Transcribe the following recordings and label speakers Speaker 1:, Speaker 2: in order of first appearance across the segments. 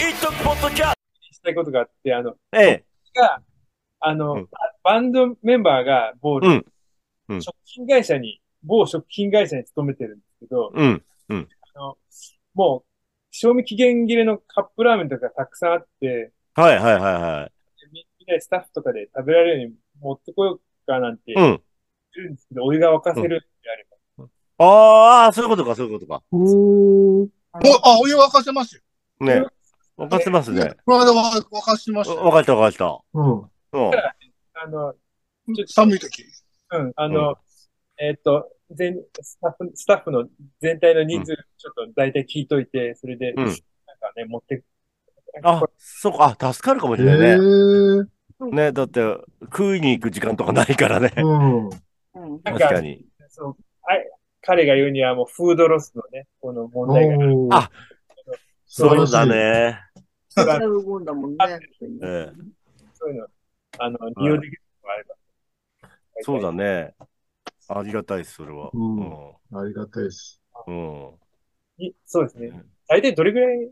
Speaker 1: イトポッドキャス
Speaker 2: したいことがあって、あの、
Speaker 1: ト。え
Speaker 2: が、あの、
Speaker 1: うん
Speaker 2: バンドメンバーが
Speaker 1: う
Speaker 2: 某、
Speaker 1: んうん
Speaker 2: 食品会社に、某食品会社に勤めてるんですけど、
Speaker 1: え。うん。
Speaker 2: あの、もう、賞味期限切れのカップラーメンとかたくさんあって、
Speaker 1: はいはいはいはい。
Speaker 2: みみんなでスタッフとかで食べられるように持ってこようかなんて
Speaker 1: う
Speaker 2: 言っ
Speaker 1: ん。
Speaker 2: てるんですけど、お湯が沸かせるってあれば。
Speaker 1: ああ、そういうことか、そういうことか。
Speaker 3: おー
Speaker 4: おあ、お湯沸かせますよ。
Speaker 1: ね。わかってますね。
Speaker 4: この間沸沸かしました
Speaker 1: わ
Speaker 4: よ。
Speaker 1: かったわかった。
Speaker 3: うん。
Speaker 1: うん。
Speaker 2: あの、ちょっと、
Speaker 4: 寒い時。
Speaker 2: うん、あの、えーっと、全、スタッフ、スタッフの全体の人数、ちょっと大体聞いといて、それで、
Speaker 1: うん
Speaker 2: なんかね、持って、
Speaker 1: あ、そうか。あ、助かるかもし
Speaker 3: へ
Speaker 1: れないね。
Speaker 3: ー
Speaker 1: ね、だって、食いに行く時間とかないからね。
Speaker 3: うん。
Speaker 1: 確
Speaker 2: なん
Speaker 1: かに。
Speaker 2: そう、あい彼が言うにはもうフードロスのね、この問題が。
Speaker 3: おー
Speaker 1: あ
Speaker 3: 素晴
Speaker 1: そ
Speaker 3: ら
Speaker 1: う
Speaker 3: しい
Speaker 1: だね。
Speaker 2: だから
Speaker 5: 使うもんだもんね。
Speaker 1: ええ
Speaker 2: そういうの、あの、利用できるのがあれば。
Speaker 1: そうだね。ありがたいです、それは。
Speaker 3: うん
Speaker 1: うん
Speaker 3: ありがたいです。
Speaker 1: うん。
Speaker 2: いそうですね。大体どれぐらい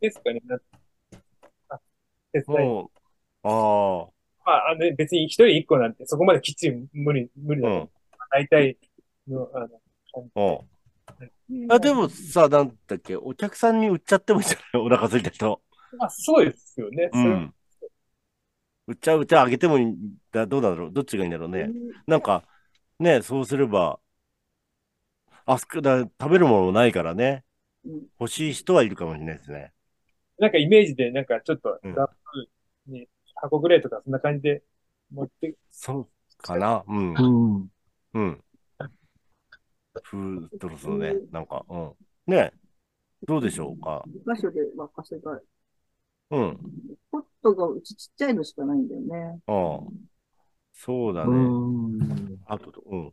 Speaker 2: ですかね。なあ手伝い
Speaker 1: もう、あ
Speaker 2: まあ、あの別に一人一個なんて、そこまできっちり無理、無理
Speaker 1: あ、
Speaker 2: だ
Speaker 1: う
Speaker 2: と思
Speaker 1: ん
Speaker 2: う。大体の、あの、
Speaker 1: うん。あ、でもさ、なんだっけ、お客さんに売っちゃってもいいんじゃないお腹空いた人。
Speaker 2: まあ、そうですよね。
Speaker 1: う
Speaker 2: それ
Speaker 1: ん。売っちゃう、売っちゃう、あげてもいいんだ、どうだろう、どっちがいいんだろうね。なんか、ね、そうすれば、あそこだ、食べるものないからね
Speaker 5: うん。
Speaker 1: 欲しい人はいるかもしれないですね。
Speaker 2: なんかイメージで、なんかちょっと、
Speaker 1: うん
Speaker 2: ラップに箱ぐらいとか、そんな感じで持って、
Speaker 1: そうかな。うん
Speaker 3: う。ん。
Speaker 1: うん。フードロスのね、なんか、うん。ね、どうでしょうか。
Speaker 5: 場所で沸かせたい。
Speaker 1: うん。
Speaker 5: ポットがうちちっちゃいのしかないんだよね。
Speaker 1: ああ、そうだ
Speaker 3: う
Speaker 1: ね。
Speaker 3: ん。
Speaker 1: あと、うん。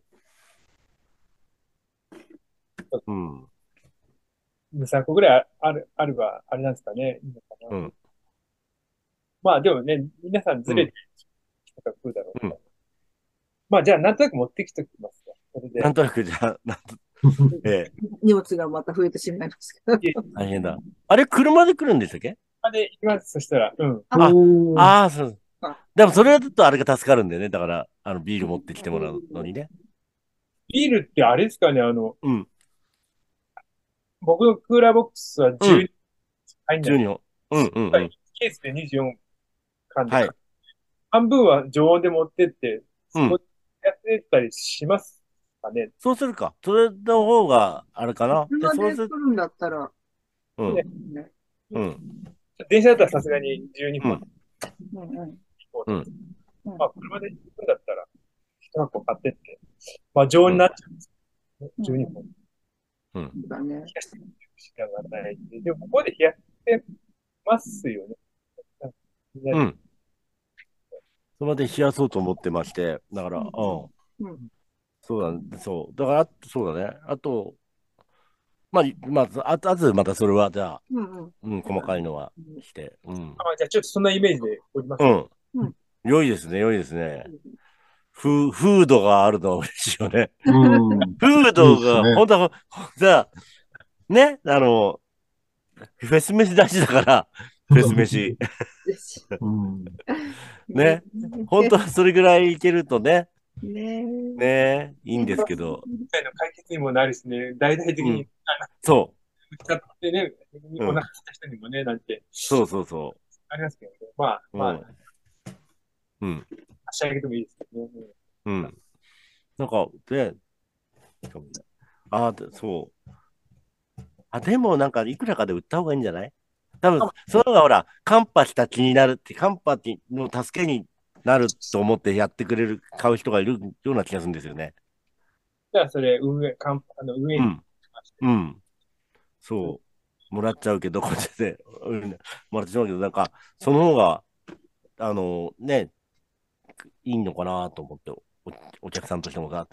Speaker 1: うん。
Speaker 2: 2、3個ぐらいある、あれば、あれなんですかね。いいのかな。
Speaker 1: うん
Speaker 2: まあ、でもね、皆さんずれて、とか食うだろうから
Speaker 1: う
Speaker 2: まあ、じゃあ、なんとなく持ってきておきますか。それで
Speaker 1: な、んとなくじゃあ、なんと、ええ、
Speaker 5: 荷物がまた増えてしまいますけど。
Speaker 1: 大変だ。あれ、車で来るんでしたっけ
Speaker 2: 他で行きます。そしたら、うん。
Speaker 5: あ
Speaker 3: おー
Speaker 1: ああ、そう
Speaker 5: あ。
Speaker 1: でも、それだとあれが助かるんだよね。だから、あの、ビール持ってきてもらうのにね。
Speaker 2: ビールってあれですかね、あの、
Speaker 1: うん
Speaker 2: 僕のクーラーボックスは
Speaker 1: う
Speaker 2: 12、入んない。
Speaker 1: 12本。うんうんう
Speaker 2: は
Speaker 1: ん
Speaker 2: い。ケースで24缶で、
Speaker 1: はい
Speaker 2: 半分は常温で持ってって、
Speaker 1: うん
Speaker 2: そこでやってたりしますかね。
Speaker 1: そうするか。それの方が、あれかな。で、
Speaker 5: 車
Speaker 1: そう
Speaker 5: です来
Speaker 1: る、
Speaker 5: るんだったら、
Speaker 1: うん
Speaker 2: ね。
Speaker 5: ね。
Speaker 1: うん。
Speaker 2: 電車だったらさすがに12本
Speaker 5: うんうん。
Speaker 2: まあ、車で行くんだったら、一箱買ってって、まあ、常温になっちゃうんですよね。12本冷
Speaker 5: そうだね。
Speaker 2: やしてしかないんで。でも、ここで冷やしてますよね。
Speaker 1: う
Speaker 2: うん
Speaker 1: ん。それまで冷やそうと思ってまして、だから、うん。
Speaker 5: うん
Speaker 1: そうだね、そう。だから、あとそうだね。あと、まあ、まあ、あと、あとでまたそれは、じゃあ、
Speaker 5: うんうん。
Speaker 1: うん、細かいのはして、うん。
Speaker 2: まあ、じゃあ、ちょっとそんなイメージでおります。
Speaker 1: うん。
Speaker 5: うん
Speaker 1: 良いですね、良いですね。フー、フードがあるのは嬉しいよ ね。
Speaker 3: うん。
Speaker 1: フード
Speaker 3: いいです
Speaker 1: が、
Speaker 3: ね
Speaker 1: ほんと、ほんとさ、ね、あの、フェス飯大事だから、フェス飯。
Speaker 3: うん。
Speaker 1: ね。本当はそれぐらいいけるとね、
Speaker 5: ね。
Speaker 1: ね、いいんですけど、
Speaker 2: 今回の解決にもなるしね、大々的
Speaker 1: う
Speaker 2: に
Speaker 1: そう。
Speaker 2: 使ってね、
Speaker 1: ん
Speaker 2: お腹すいた人にもね、なんて、
Speaker 1: そうそうそ
Speaker 2: ありますけどね。まあ、
Speaker 1: う。
Speaker 2: まあ、
Speaker 1: うん。
Speaker 2: 差し上げてもいいですけどね。
Speaker 1: うん。うん。なんか、で、ごめんなああ、でそう。あ、でもなんか、いくらかで売った方がいいんじゃない多分、その方がほら、カンパした気になるって、カンパの助けになると思ってやってくれる、買う人がいるような気がするんですよね。
Speaker 2: じゃあ、それ、運営、かんあの運営
Speaker 1: う
Speaker 2: に
Speaker 1: ん。うん。そう。もらっちゃうけど、こっちで、 うん、もらっちゃうけど、なんか、その方が、あの、ね、いいのかなと思って、おお客さんとしてもさ、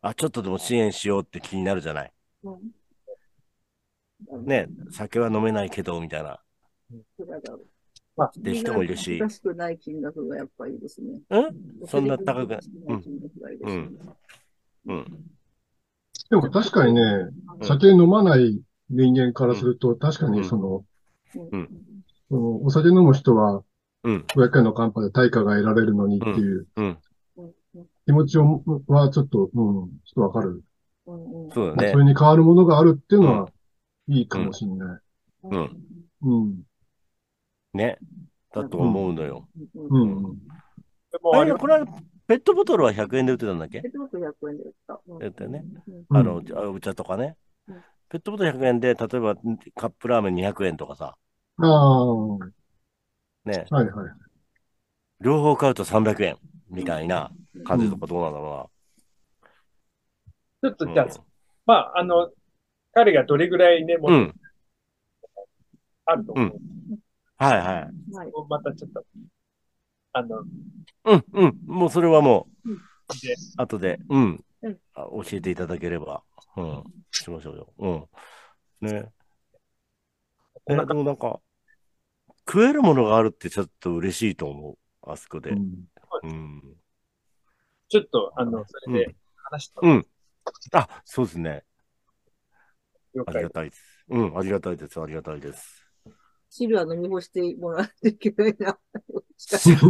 Speaker 1: あ、ちょっとでも支援しようって気になるじゃない。ね、酒は飲めないけど、みたいな。って人もいるし
Speaker 5: ら、しくない金額がやっぱりいいですね。
Speaker 1: うんそんな高くない。
Speaker 5: うん。金額がいいです
Speaker 1: う
Speaker 5: ね
Speaker 1: ん。うん。
Speaker 3: でも確かにね、
Speaker 1: うん
Speaker 3: 酒飲まない人間からすると、確かにその、
Speaker 5: うん
Speaker 3: の、お酒飲む人は、
Speaker 1: うん
Speaker 3: 500円のカンパで対価が得られるのにっていう
Speaker 1: うん。
Speaker 5: うんうん
Speaker 3: 気持ちをは、ちょっと、うん、ちょっとわかる。
Speaker 5: うんうん
Speaker 1: そうだね
Speaker 3: そ。れに変わるものがあるっていうのは、いいかもしれない。
Speaker 1: うん
Speaker 3: うん。
Speaker 1: ね。だと思うのよ。
Speaker 5: うん
Speaker 3: う
Speaker 5: うん
Speaker 3: ん。
Speaker 2: で
Speaker 1: あ
Speaker 2: も、
Speaker 1: れ、これはペットボトルは100円で売ってたんだっけ
Speaker 5: ペットボトル100円で売った。うん
Speaker 1: だったよね。
Speaker 5: うん
Speaker 1: あの、あお茶とかね
Speaker 5: うん。
Speaker 1: ペットボトル100円で、例えばカップラーメン200円とかさ、
Speaker 3: ああ、は
Speaker 1: ね、
Speaker 3: いはい。
Speaker 1: 両方買うと300円みたいな感じとかどうなんだろ
Speaker 2: ちょっ
Speaker 1: う
Speaker 2: とじゃ
Speaker 1: な
Speaker 2: あ、。まあ、あの、彼がどれぐらいね、も
Speaker 1: うん。う。
Speaker 2: うんあると思う。
Speaker 1: はいはい。
Speaker 5: はい。
Speaker 2: またちょっと、あの、
Speaker 1: うんうん。もうそれはもう
Speaker 2: で、
Speaker 1: 後で、うん
Speaker 5: うん。
Speaker 1: あ教えていただければ、うん。しましょうよ。うん。ね。え、
Speaker 2: なん
Speaker 1: でもなんか、食えるものがあるってちょっと嬉しいと思う。あそこで
Speaker 3: う。ん
Speaker 1: うん。
Speaker 2: ちょっと、あの、それで話した
Speaker 1: うん。あ、そうですね。
Speaker 2: 了
Speaker 1: あり
Speaker 2: 解
Speaker 1: が。たいです。うん、ありがたいです。ありがたいです。
Speaker 5: 汁は飲み干してもらっていけないな。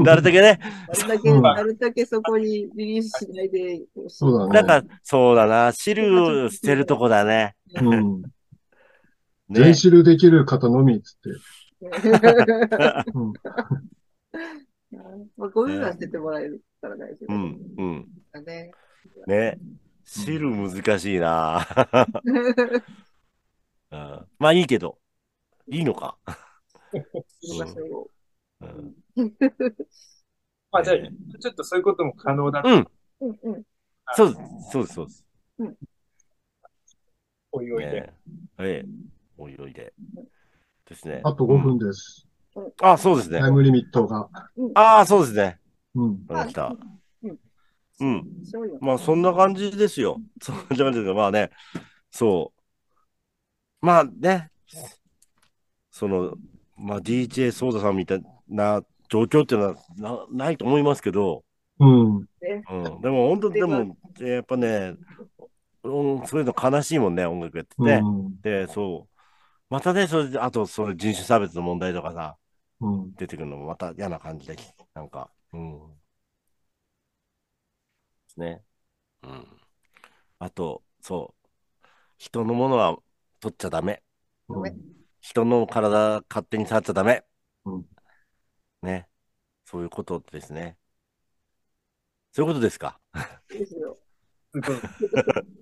Speaker 1: なるだけね、
Speaker 5: あれだけ、
Speaker 3: うん
Speaker 5: あれだけそこにリリースしないでほしい。
Speaker 3: そうだね
Speaker 1: なんか、そうだな、汁を捨てるとこだね。
Speaker 3: う ん。
Speaker 1: ね
Speaker 3: 全。汁できる方のみ、つって。 うん。
Speaker 5: まあ、ゴミは捨ててもらえるから大丈夫。
Speaker 1: うん、うん。
Speaker 5: だね。
Speaker 1: ね。汁難しいな、うん。まあいいけど、いいのか。
Speaker 5: 今それを。
Speaker 1: うん。
Speaker 2: まあ、じゃあ、ちょっとそういうことも可能だと
Speaker 1: うん
Speaker 5: うんうん。
Speaker 1: そうです、そうです、そうです。
Speaker 2: おいおいで。
Speaker 1: ねええ、おいおいで。ですね。
Speaker 3: あと5分です。
Speaker 1: あ、そうですね
Speaker 3: タイ。ムリミットが。
Speaker 1: ああ、そうですね。
Speaker 3: う
Speaker 1: わ
Speaker 3: ん。
Speaker 1: かりました。うん。
Speaker 5: そうよ。
Speaker 1: まあそんな感じですよ。そんな感じですよまあね、そう。まあね、その、まあ DJ ソーダさんみたいな状況っていうのはなないと思いますけど、
Speaker 3: うん。
Speaker 1: うん、でも本当、でも、やっぱね、うんそういうの悲しいもんね、音楽やってて。
Speaker 3: うん。
Speaker 1: で、そう。またね、それであと、その人種差別の問題とかさ、
Speaker 3: うん。
Speaker 1: 出てくるのもまた嫌な感じだし、なんか、うん。ね。うん。あと、そう。人のものは取っちゃダメ。
Speaker 5: ごめん
Speaker 1: 人の体勝手に触っちゃダメ。
Speaker 3: うん
Speaker 1: ね。そういうことですね。そういうことですか。
Speaker 5: ですよ。
Speaker 2: うん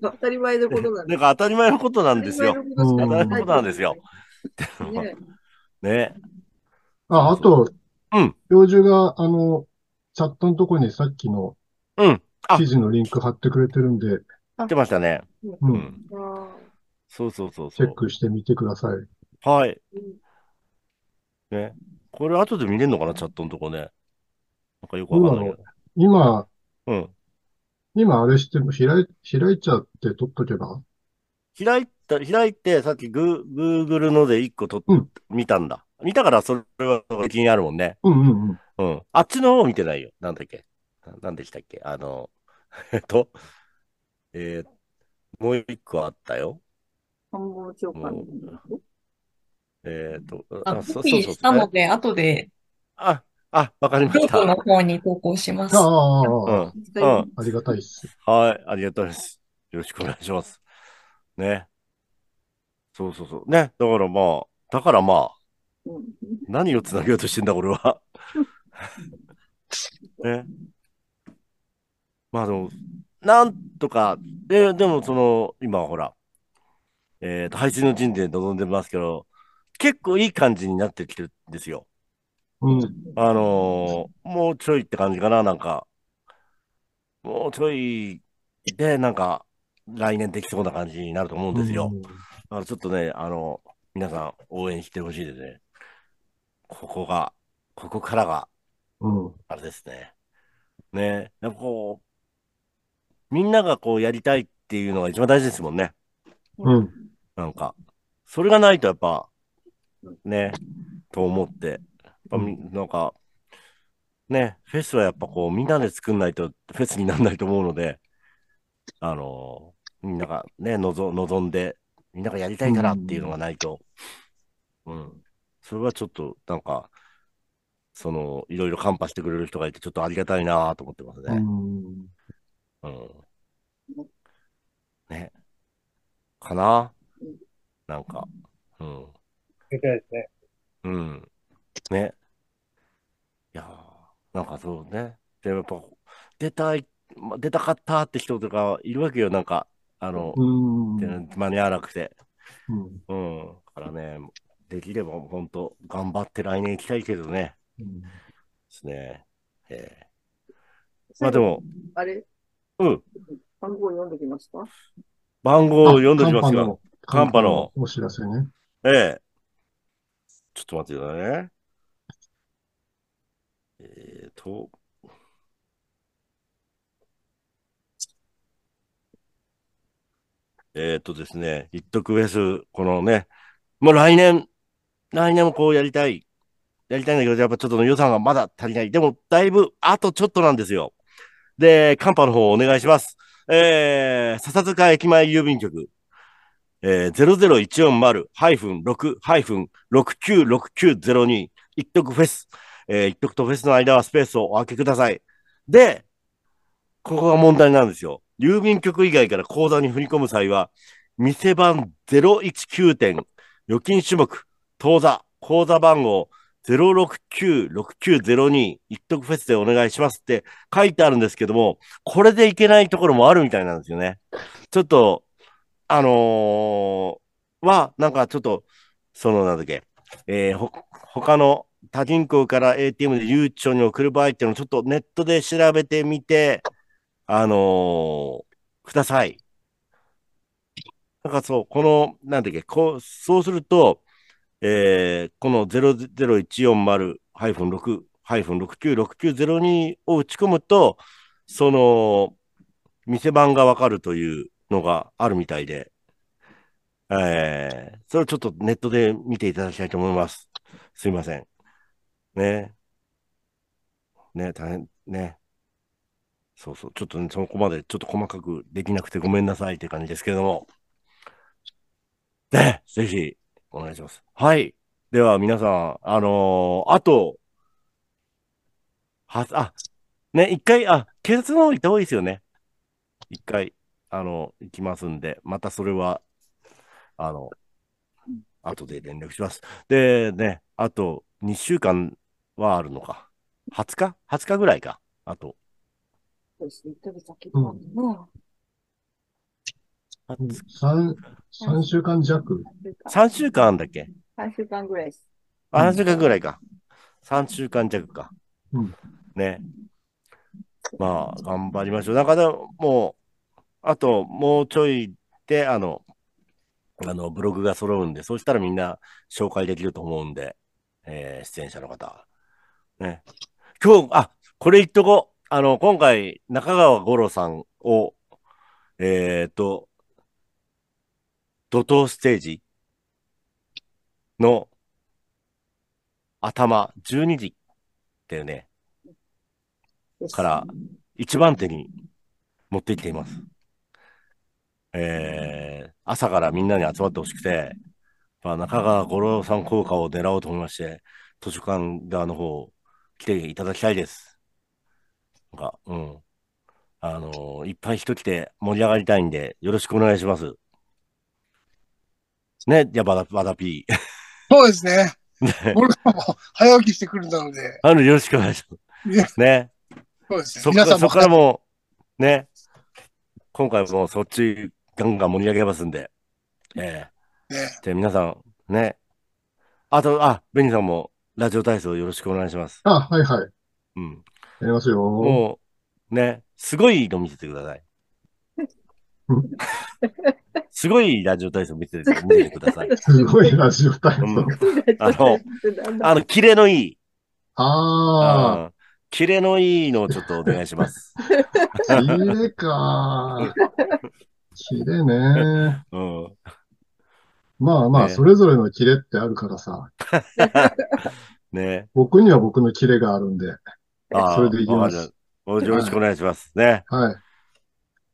Speaker 5: 当たり前のことなん
Speaker 1: な
Speaker 5: で
Speaker 1: んか当たり前のことなん
Speaker 5: 当た
Speaker 1: で
Speaker 5: り
Speaker 1: す
Speaker 5: 前
Speaker 1: よ。
Speaker 5: のことしか
Speaker 1: 当たり前のことなんですよ。
Speaker 5: ね
Speaker 1: ね。
Speaker 3: あ、あと、
Speaker 1: うん
Speaker 3: 教授が、あの、チャットのとこにさっきの
Speaker 1: うん。あ
Speaker 3: 記事のリンク貼ってくれてるんで、
Speaker 1: 言ってましたね。
Speaker 3: う。
Speaker 1: うんん。
Speaker 5: あー
Speaker 1: そうそうそう
Speaker 3: チ
Speaker 1: そ
Speaker 3: ェックしてみてください。
Speaker 1: う。はい。
Speaker 5: うん
Speaker 1: ね。これ後で見れるのかな、チャットのとこね。なんかよくわかんないけど。
Speaker 3: 今、
Speaker 1: うん。
Speaker 3: 今あれして、開い、開いちゃって取っとけば
Speaker 1: 開いた、開いて、さっきグー、グーグルので一個と、
Speaker 3: うん
Speaker 1: 見たんだ。見たから、それは気になるもんね。
Speaker 3: うんうんうん。
Speaker 1: うん。あっちの方見てないよ。なんだっけ。ななんでしたっけ。あの、 えっと、えーもう一個あったよ。
Speaker 5: 官房長官のこと。
Speaker 1: えっと、
Speaker 6: あ、コ
Speaker 1: そ
Speaker 6: ピーした
Speaker 1: そう
Speaker 6: の
Speaker 1: そう
Speaker 6: で、後で、
Speaker 1: あ、あ、わかりま
Speaker 6: ノ
Speaker 1: し
Speaker 6: ート
Speaker 1: た。
Speaker 6: の方に投稿します
Speaker 3: あ。あ
Speaker 1: う
Speaker 3: ああ、
Speaker 1: ん。
Speaker 5: 使い道
Speaker 1: うん
Speaker 3: ありがたいっす。
Speaker 1: はい、ありがとうです。よろしくお願いします。ね。そうそうそう。ね。だからまあ、だからまあ、
Speaker 5: うん
Speaker 1: 何をつなげようとしてんだ、俺は。ね。まあでも、なんとか、で、でもその、今ほら、えっ、と、配信の陣で臨んでますけど、結構いい感じになってきてるんですよ。
Speaker 3: うん。
Speaker 1: あのーもうちょいって感じかな、なんか。もうちょいで、なんか、来年できそうな感じになると思うんですよ。あのちょっとね、あの、皆さん応援してほしいですね。ここが、ここからが、
Speaker 3: うん。
Speaker 1: あれですね。ね、やっぱこう、みんながこうやりたいっていうのが一番大事ですもんね。
Speaker 3: うん。
Speaker 1: なんか、それがないとやっぱ、ね、と思って、やっぱみなんか、ね、フェスはやっぱこう、みんなで作んないとフェスにならないと思うので、あのみんながね、望望んで、みんながやりたいからっていうのがないと、うん、それはちょっと、なんか、その、いろいろカンパしてくれる人がいて、ちょっとありがたいなと思ってます
Speaker 3: う
Speaker 1: ね。
Speaker 3: ん。
Speaker 1: うん。ね。かな
Speaker 5: うん
Speaker 1: なんか、うん。
Speaker 2: りがたいですね。
Speaker 1: うん。ね。いやーなんかそうね。でもやっぱ、出たい、ま出たかったって人とかいるわけよ、なんか、あの、
Speaker 3: うん。
Speaker 1: で間に合わなくて。
Speaker 3: うん
Speaker 1: うん。だからね、できれば本当、頑張って来年行きたいけどね。
Speaker 3: うん
Speaker 1: ですね。ええまあでも、
Speaker 5: あれ、
Speaker 1: うん。
Speaker 5: 番号読んできました
Speaker 1: 番号を読んでおきますよ。
Speaker 3: カン
Speaker 1: カ
Speaker 3: パ
Speaker 1: ンパ
Speaker 3: の
Speaker 1: の
Speaker 3: お知らせね。
Speaker 1: ええちょっと待ってくださいね。えーと。えーとですね、一徳フェス、このね、もう来年、来年もこうやりたい。やりたいんだけど、やっぱちょっと予算がまだ足りない。でも、だいぶ、あとちょっとなんですよ。で、カンパの方お願いします。えー、笹塚駅前郵便局。えー、00140-6-696902一徳フェス、えー、一徳とフェスの間はスペースをお空けください。で、ここが問題なんですよ。郵便局以外から口座に振り込む際は、店番019点、預金種目、当座、口座番号0696902一徳フェスでお願いしますって書いてあるんですけども、これでいけないところもあるみたいなんですよね。ちょっと、あのーは、なんかちょっと、その、なんだっけ、えー、ほ、他の他銀行から ATM で悠長に送る場合っていうのをちょっとネットで調べてみて、あのーください。なんかそう、この、なんだっけ、こう、そうすると、えー、この00140-6-696902を打ち込むと、その、店番がわかるというのがあるみたいで、えー、それをちょっとネットで見ていただきたいと思います。すいません。ね。ね、大変、ね。そうそう。ちょっとね、そこまでちょっと細かくできなくてごめんなさいって感じですけれども。ね、ぜひ、お願いします。はい。では、皆さん、あのーあと、は、あ、ね、一回、あ、警察の方行った方がいいですよね。一回、あの、行きますんで、またそれは、あの、後で連絡します。で、ね、あと2週間はあるのか。20日 ?20 日ぐらいか。あと、
Speaker 5: そうですね、1ヶ月先だもんな。
Speaker 3: 3、三週間弱。
Speaker 1: 3週間あんだっけ
Speaker 5: 3週間ぐらいです。
Speaker 1: あ、3週間ぐらいか。3週間弱か。
Speaker 3: うん
Speaker 1: ね。まあ、頑張りましょう。だから、もう、あと、もうちょいで、あの、あの、ブログが揃うんで、そうしたらみんな紹介できると思うんで、えー出演者の方。ね。今日、あ、これ言っとこう。あの、今回、中川五郎さんを、えっと、怒涛ステージの、頭12時だよね、から一番手に持ってきています。えー、朝からみんなに集まってほしくて、まあ、中川五郎さん効果を狙おうと思いまして、図書館側の方、来ていただきたいです。なんか、うん。あのーいっぱい人来て盛り上がりたいんで、よろしくお願いします。ね、じゃあ、バダ、バダピー。
Speaker 4: そうですね。 俺らも早起きしてくるんだので、
Speaker 1: あの、よろしくお願いします。ね。
Speaker 4: そうですね。
Speaker 1: そこか
Speaker 4: 皆
Speaker 1: ら、
Speaker 4: さん
Speaker 1: そ
Speaker 4: も
Speaker 1: こからもう、ね、今回もそっちガンガン盛り上げますんで、え
Speaker 4: ね、
Speaker 1: えで、皆さん、ね、あと、あ、ベニーさんもラジオ体操よろしくお願いします。
Speaker 3: あ、はいはい。や
Speaker 1: うん。
Speaker 3: りますよ。
Speaker 1: もう、ね、すごいの見せてくだ さい
Speaker 3: うん。
Speaker 1: すごいラジオ体操見せて見せてくだ さい。
Speaker 3: すごいラジオ体
Speaker 1: う
Speaker 3: 操
Speaker 1: ん。あの、キレのいい、
Speaker 3: あ
Speaker 1: うんキレのいいのをちょっとお願いします。
Speaker 3: あ、キレか。キレね。
Speaker 1: うん。
Speaker 3: まあま
Speaker 1: ね
Speaker 3: あ、それぞれのキレってあるからさ。
Speaker 1: ね。
Speaker 3: 僕には僕のキレがあるんで。
Speaker 1: ああ
Speaker 3: それでいきます
Speaker 1: わかりましたよろしくお願いします。ね。
Speaker 3: はい。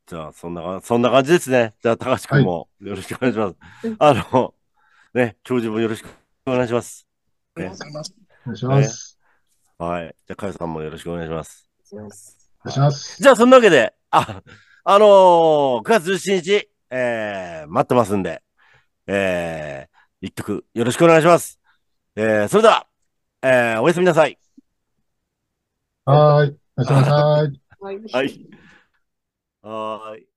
Speaker 1: じゃあ、そんな、そんな感じですね。じゃあ、高橋君もよろしくお願いします。あの、ね、教授もよろしくお願いします。
Speaker 4: りがとうございます。
Speaker 3: お願いします。
Speaker 1: はい。じゃあ、かよさんもよろしくお願いします。
Speaker 5: します。
Speaker 3: お願いします。
Speaker 1: じゃあ、そんなわけで、あ、あのー、9月17日、えー、待ってますんで、えー、一曲よろしくお願いします。えー、それでは、えー、おやすみなさい。
Speaker 3: はーい。おやすみなさい。
Speaker 5: はい。
Speaker 1: はーい。